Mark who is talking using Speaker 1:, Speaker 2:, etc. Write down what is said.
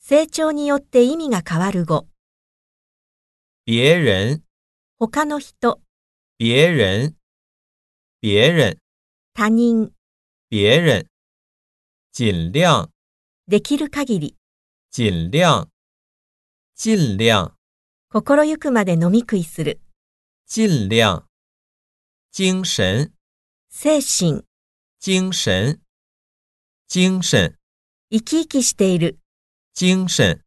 Speaker 1: 成長によって意味が変わる語、
Speaker 2: 别人，
Speaker 1: 他の人、
Speaker 2: 别人，别人，
Speaker 1: 他人、
Speaker 2: 别人。尽量，
Speaker 1: できる限り、
Speaker 2: 尽量，尽量，
Speaker 1: 心ゆくまで飲み食いする、
Speaker 2: 尽量。精神，
Speaker 1: 精神、
Speaker 2: 精神，精神，
Speaker 1: 生き生きしている。
Speaker 2: 精神。